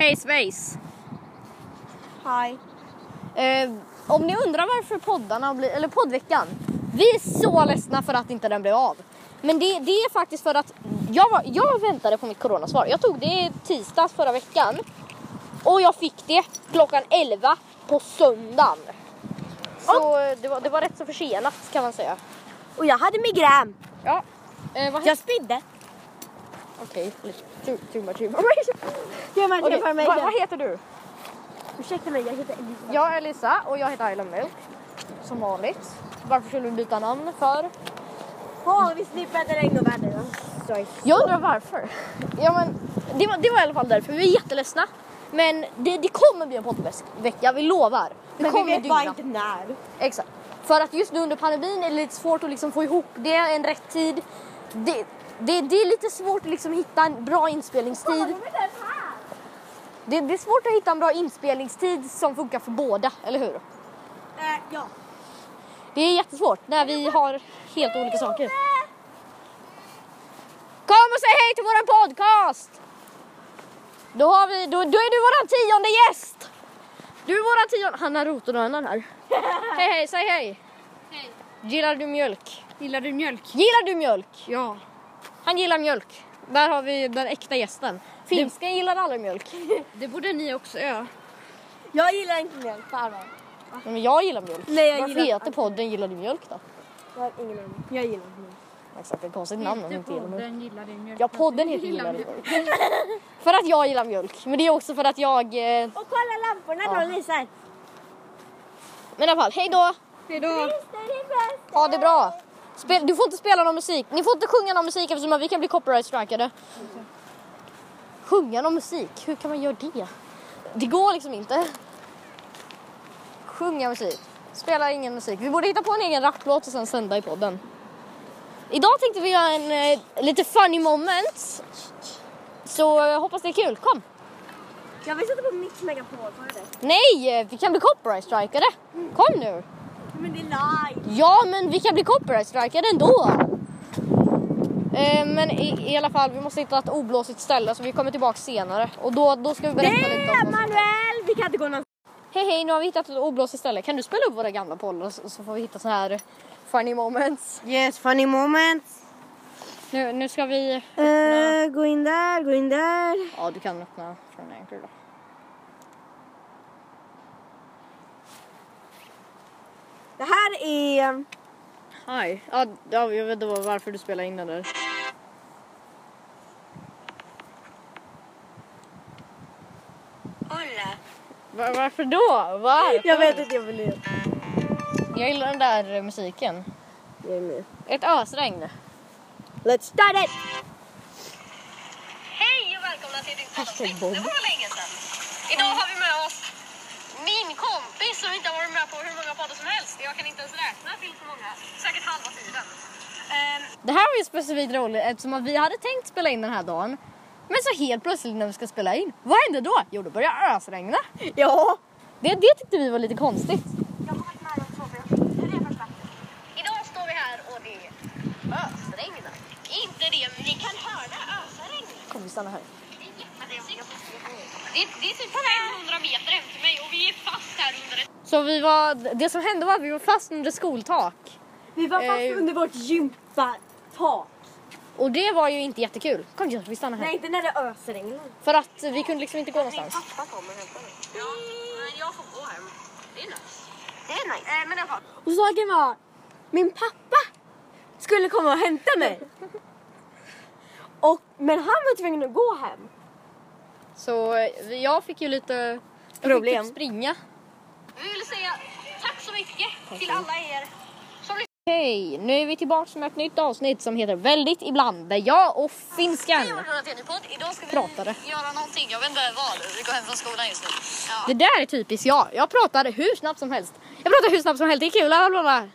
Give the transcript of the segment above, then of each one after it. Hej Space! Hi. Eh, om ni undrar varför poddarna blir, eller poddveckan, vi är så ledsna för att inte den blev av. Men det, det är faktiskt för att jag, var- jag väntade på mitt coronasvar. Jag tog det i tisdags förra veckan och jag fick det klockan 11 på söndagen. Så eh, det, var, det var rätt så försenat kan man säga. Och jag hade migrän. Ja. Eh, vad Jag hände? spydde. Okej, lite too, too much information. Gör man Okej, vad, vad heter du? Ursäkta mig, jag heter Elisa. Jag är Lisa och jag heter Island Milk. Som vanligt. Varför skulle vi byta namn för? Åh, vi snippade regn och väder. Sorry. Jag undrar varför. Ja, men, det, var, det var i alla fall därför. Vi är jätteledsna. Men det, det kommer bli en poddvecka, vi lovar. Det Men vi kommer vet dygna. bara inte när. Exakt. För att just nu under pandemin är det lite svårt att liksom få ihop det en rätt tid. Det, det, det är lite svårt att liksom hitta en bra inspelningstid. Det, det är svårt att hitta en bra inspelningstid som funkar för båda, eller hur? Eh, ja. Det är jättesvårt när vi har helt olika saker. Kom och säg hej till våran podcast! Då, har vi, då, då är du våran tionde gäst! Du är våran tionde... Han har rotodönaren här. hej hej, säg hej! Hej. Gillar du mjölk? Gillar du mjölk? Gillar du mjölk? Ja. Han gillar mjölk. Där har vi den äkta gästen. Finska gillar aldrig mjölk. Det borde ni också göra. Jag gillar inte mjölk på allvar. Men jag gillar mjölk. Nej, jag Varför gillar- heter podden Gillar du mjölk då? Jag har ingen aning. Jag gillar inte mjölk. Exakt, ett konstigt namn om vi inte gillar mjölk. podden gillar din mjölk. Ja, podden heter Gillar du mjölk. för att jag gillar mjölk, men det är också för att jag... Eh, Och kolla lamporna, Ja. de lyser. men i alla fall, hej då! Hejdå! Ha det bra! Spel, du får inte spela någon musik, ni får inte sjunga någon musik eftersom vi kan bli copyright strikade. Sjunga någon musik, hur kan man göra det? Det går liksom inte. Sjunga musik, spela ingen musik. Vi borde hitta på en egen rapplåt och sen sända i podden. Idag tänkte vi göra en eh, lite funny moment. Så eh, hoppas det är kul, kom! Jag vill sätta på mitt megapol, hör du det? Nej, vi kan bli copyright strikade. Kom nu. Men det är live. Ja, men vi kan bli copyright strikade ändå. Eh, men i, i alla fall, vi måste hitta ett oblåsigt ställe så vi kommer tillbaka senare. Och då, då ska vi berätta lite Nej, om oss. Manuel! Vi kan inte gå någonstans. Hej hej, nu har vi hittat ett oblåsigt ställe. Kan du spela upp våra gamla poller så, så får vi hitta så här funny moments. Yes, funny moment. Nu, nu ska vi... Eh, gå in där, gå in där. Ja, du kan öppna från Anchor då. Det här är... Hej. Ja, ja, jag vet inte var- varför du spelar in den där. Va- Varför då? Varför? Ah, Jag vet inte, jag vill ju... Jag gillar den där eh, musiken. Jag är med. Ett ösregn. Let's start it! Hej och välkomna till ditt Hashtag poddavsnitt. Bob. Det var länge sedan. Idag har vi med oss min kompis som inte har varit med på hur många poddar som helst. Jag kan inte ens räkna till så många. Säkert halva tiden. Ehm, Det här var ju specifikt roligt eftersom att vi hade tänkt spela in den här dagen. Men så helt plötsligt när vi ska spela in, vad hände då? Jo, då började det ösregna. Ja! Det, det tyckte vi var lite konstigt. jag har varit med om två program. Det är första. Idag står vi här och det ösregnar. Inte det, men ni kan höra ösregnet. Kom, vi stannar här. Det är jättemysigt. Det, det är typ 500 meter hem till mig och vi är fast här under ett Så vi var, det som hände var att vi var fast under skoltak. Vi var fast Eh, under vårt gympatak. Och det var ju inte jättekul. Kom Jörg, vi stannar här. Nej, inte när det ösregnar. För att vi kunde liksom inte gå någonstans. pappa kommer och hämtar mig. Ja, men jag får gå hem. Det är nice. Det är nice. men i alla fall. Och saken var, min pappa skulle komma och hämta mig. Och, men han var tvungen att gå hem. Så eh, jag fick ju lite Problem. Jag fick typ springa. Vi vill säga tack så mycket till alla er som lyssnar. Hej, nu är vi tillbaka med ett nytt avsnitt som heter Väldigt ibland där jag och finskan. Vi har kunnat till en ny podd. Idag ska vi Pratade. göra någonting. Jag vet inte vad. Vi går hem från skolan just nu. Ja. Det där är typiskt jag. Jag pratar hur snabbt som helst. Jag pratar hur snabbt som helst, det är kul. Bla, bla, bla.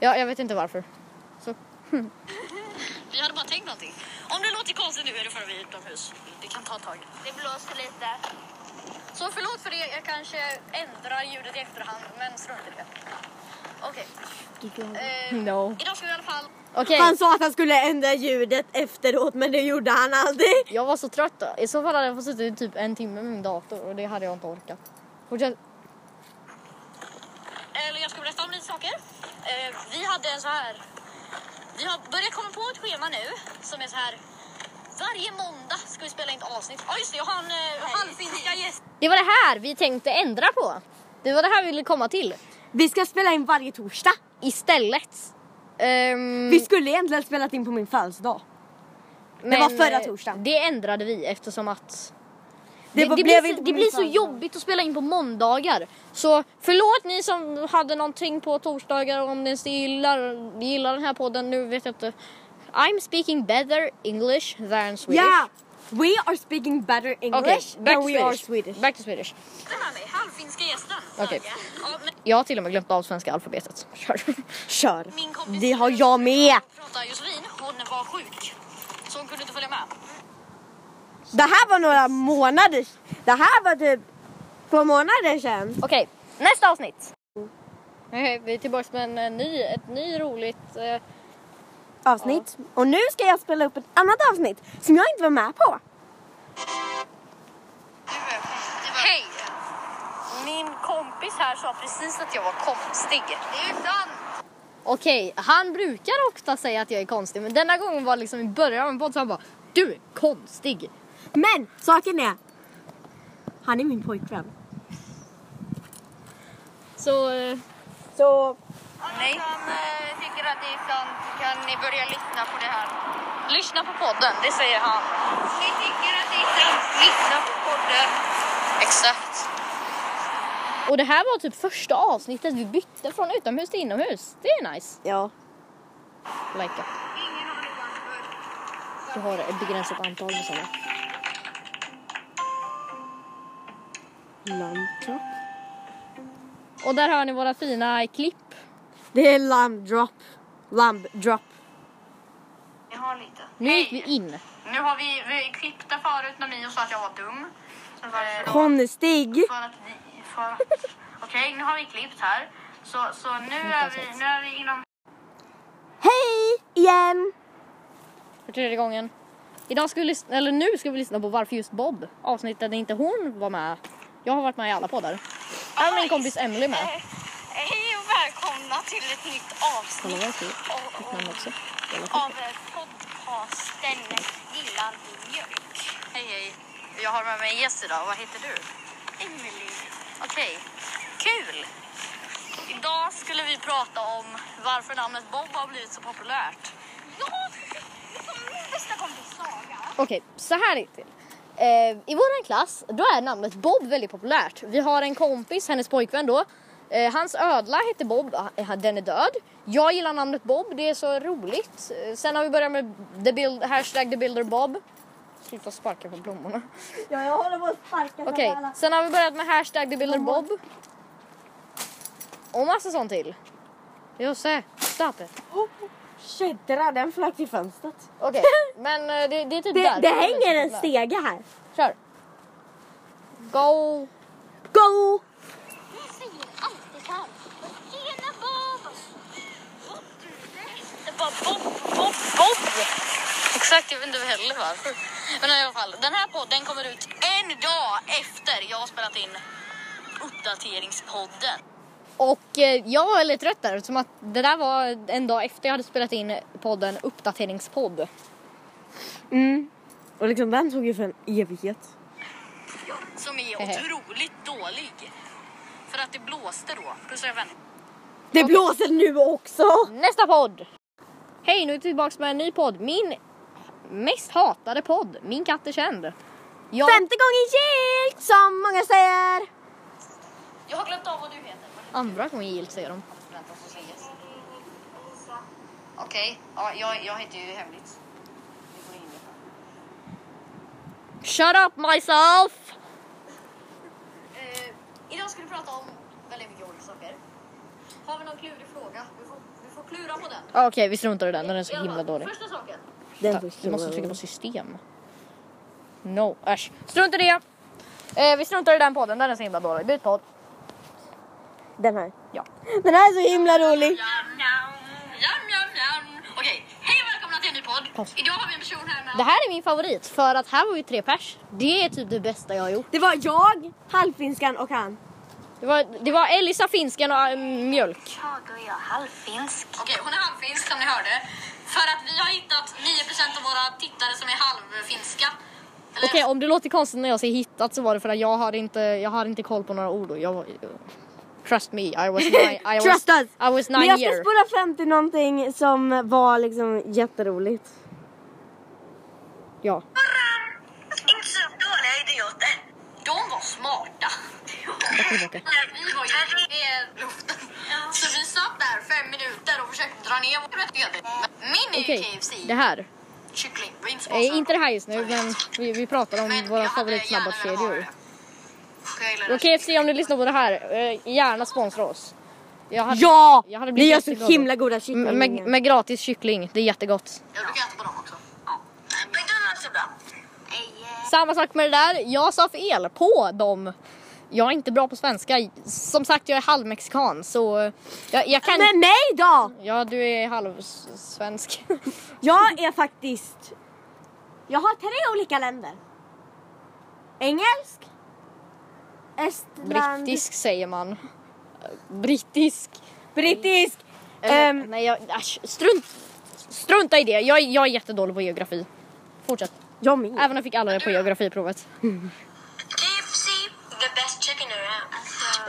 Ja, jag vet inte varför. hm. Vi hade bara tänkt någonting. Om det låter konstigt nu är det för att vi är utomhus. Det kan ta ett tag. Det blåser lite. Så förlåt för det, jag kanske ändrar ljudet i efterhand, men strunt i det. Okej. Eh, No. Idag ska vi i alla fall... Okej, Han sa att han skulle ändra ljudet efteråt men det gjorde han aldrig. jag var så trött då. I så fall hade jag fått sitta i typ en timme med min dator och det hade jag inte orkat. Fortsätt. Eh, Eller jag ska berätta om lite saker. Eh, vi hade en så här... Vi har börjat komma på ett schema nu som är så här... Varje måndag ska vi spela in ett avsnitt. Ja just det, jag har en eh, halvfinska gäst. Det var det här vi tänkte ändra på. Det var det här vi ville komma till. Vi ska spela in varje torsdag. Istället. Ehm, Mm. Vi skulle egentligen spelat in på min födelsedag. men, var förra eh, torsdagen. Det ändrade vi eftersom att Det, det, var- det, blev blir, inte så, på det min blir så födelsedag. jobbigt att spela in på måndagar. Så förlåt ni som hade någonting på torsdagar om ni gillar, gillar den här podden. Nu vet jag inte. I'm speaking better English than Swedish. Yeah, we are speaking better Okej, English back than to we are Swedish. Swedish. Back to Swedish. Den här med, halvfinska gästen. Okej. Ja, men Jag har till och med glömt av svenska alfabetet. Kör. Kör. min kompis... Det har jag med. Prata Josefin, hon var sjuk. Så hon kunde inte följa med. Det här var några månader. Det här var typ två månader sedan. Okej, nästa avsnitt. Okej, vi är tillbaka med en eh, ny, ett ny roligt... eh, Avsnitt. Och nu ska jag spela upp ett annat avsnitt som jag inte var med på. Hej! Min kompis här sa precis att jag var konstig. Det är sant! Okej, han brukar ofta säga att jag är konstig men denna gången var liksom i början av en podd så han bara Du är konstig! Men saken är, han är min pojkvän. Så... eh, Så Ni som eh, tycker att det är sant kan ni börja lyssna på det här. Lyssna på podden, det säger han. Ni tycker att det är sant, lyssna på podden. Exakt. Och det här var typ första avsnittet vi bytte från utomhus till inomhus. Det är nice. ja. Lika. Du har ett begränsat antal med sådana. Lamdrop. Och där hör ni våra fina klipp. Det är lamdrop. Lamdrop. Ni har lite. Nu gick vi in. Nu har vi, vi klippte förut när Mio sa att jag var dum. Sen var det Konstig. för att vi... För... Okej, nu har vi klippt här. Så, så nu, är vi, nu är vi inom... Hej igen! För tredje gången. Idag ska vi lyssna, eller nu ska vi lyssna på Varför just Bob? Avsnittet där inte hon var med. Jag har varit med i alla poddar. Här är min kompis Emily med. Hej och välkomna till ett nytt Kolla avsnitt vad jag fick. Fick namn också. Jävla kul. av eh, podcasten Gillar du mjölk? Hej hej. Jag har med mig en gäst idag. Vad heter du? Emily. Okej. Kul! Idag skulle vi prata om varför namnet Bob har blivit så populärt. Ja, som min bästa kompis Saga. Okej, så här är det till. Eh, I vår klass, då är namnet Bob väldigt populärt. Vi har en kompis, hennes pojkvän då. Eh, hans ödla heter Bob, Ah, den är död. Jag gillar namnet Bob, det är så roligt. Eh, sen har vi börjat med the build, hashtag the builder Bob. Sluta sparka på blommorna. Ja, jag håller på att sparka Okej, sen har vi börjat med hashtag the builder Bob. Och massa sånt till. Josse, stop it. Oh, Tjeddra, den flög till fönstret. Okej, men eh, det, det är typ Det, där. det hänger en stege här. Kör. Go. Go! Jag säger alltid så här. Tjena Bob! Bob, du Det är bara Bob, Bob, Bob! Exakt, jag vet inte heller varför. Men i alla fall, den här podden kommer ut en dag efter jag har spelat in uppdateringspodden. Och eh, jag var väldigt trött där som att det där var en dag efter jag hade spelat in podden Uppdateringspodd. Mm. Och liksom den tog ju för en evighet. Som är Hehe. otroligt dålig. För att det blåste då. Puss och jag vänner. Det blåser nu också! Nästa podd! Hej, nu är vi tillbaka med en ny podd. Min mest hatade podd, Min katt är känd. Jag, Femte gången gillt som många säger. Jag har glömt av vad du heter. andra gången gillt säger de. Vänta, så ses. Okej, ja, jag, jag heter ju hemligt. Ni får in det. Shut up myself! Eh, idag ska vi prata om väldigt mycket olika saker. Har vi någon klurig fråga? Vi får, vi får klura på den. Ah, Okej, vi struntar i den, den är I så alla himla fall, dålig. Första saken. Du måste trycka på system. No, äsch. Strunt i det! Eh, vi struntar i den podden, den är så himla dålig. Byt podd. Den här. Ja. Den här är så himla rolig. Jam, jam, jam, jam, jam. Okej, hej och välkomna till en ny podd. Paus. Idag har vi en person här med Det här är min favorit för att här var vi tre pers. Det är typ det bästa jag har gjort. Det var jag, halvfinskan och han. Det var, det var Elisa finsken och äh, mjölk. Tage och jag är halvfinsk. Okej, hon är halvfinsk som ni hörde. För att vi har hittat 9% av våra tittare som är halvfinska. Eller- Okej om det låter konstigt när jag säger hittat så var det för att jag hade inte, jag hade inte koll på några ord. och Jag, var- trust me, I was nine, I was, Trust us! I was Men nine jag ska year. spola fram till någonting som var liksom jätteroligt. Ja. Inte så dåliga idioter. De var smarta. tillbaka. Nej, vi var ju i luften. Så vi satt där fem minuter och försökte dra ner våra rättigheter. Min är ju Okej, KFC. det här. Kyckling. Vi är inte Eh, sponsrade. inte det här just nu men vi, vi pratar om Men våra jag hade gärna velat ha favoritsnabbaskedjor. det. Jag gillar det. Okej FC om ni lyssnar på det här, eh, gärna sponsra oss. Jag hade- Mm. Ja! jag hade Ni blivit gör så jätteglad. himla goda M- Med, kycklingar. med gratis kyckling, det är jättegott. Jag brukar äta på dem också. Ja. McDonalds är bra. eh. Samma sak med det där, jag sa fel på dem. Jag är inte bra på svenska. Som sagt, jag är halvmexikan så eh, jag, jag kan... Med mig då! Ja, du är halvsvensk. Jag är faktiskt... Jag har tre olika länder. Engelsk. Estland. Brittisk säger man. Brittisk. Brittisk. Eller, Ehm, nej, jag, äsch, strunt, strunta i det. Jag, jag är jättedålig på geografi. Fortsätt. jag med. Även om jag fick alla det på geografiprovet. KFC, the best chicken around.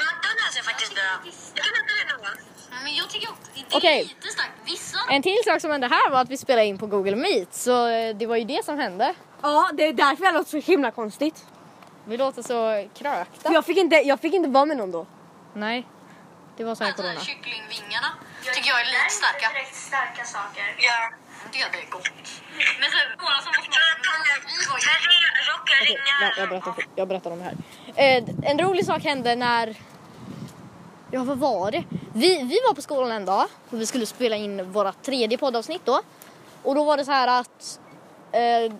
McDonalds är faktiskt bra. Jag kan äta det någon gång. Men jag tycker också, det är Okej. lite starkt. Vissa En till sak som hände här var att vi spelade in på Google Meet. Så eh, det var ju det som hände. Ja, det är därför jag låter så himla konstigt. Vi låter så krökta. För Jag fick, inte, jag fick inte vara med någon då. Nej, det var så här corona. alltså, kycklingvingarna tycker jag är lite starka. Det är direkt starka saker. Ja. Det är gott. Men så några som var små. Vi var ju... Okej, nej, jag, berättar, jag berättar om det här. Eh, en rolig sak hände när... Ja, vad var det? Vi, vi var på skolan en dag och vi skulle spela in våra tredje poddavsnitt då. Och då var det så här att eh,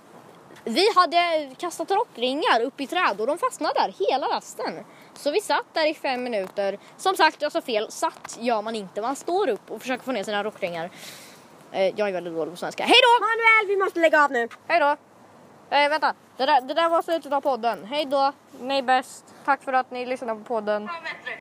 vi hade kastat rockringar upp i träd och de fastnade där hela rasten. Så vi satt där i fem minuter. Som sagt, jag sa fel. Satt gör man inte. Man står upp och försöker få ner sina rockringar. Eh, jag är väldigt dålig på svenska. Hej då! Manuel, vi måste lägga av nu. Hej då! Eh, vänta, det där, det där var slutet av podden. Hej då! Ni är bäst. Tack för att ni lyssnade på podden. Ja, bättre.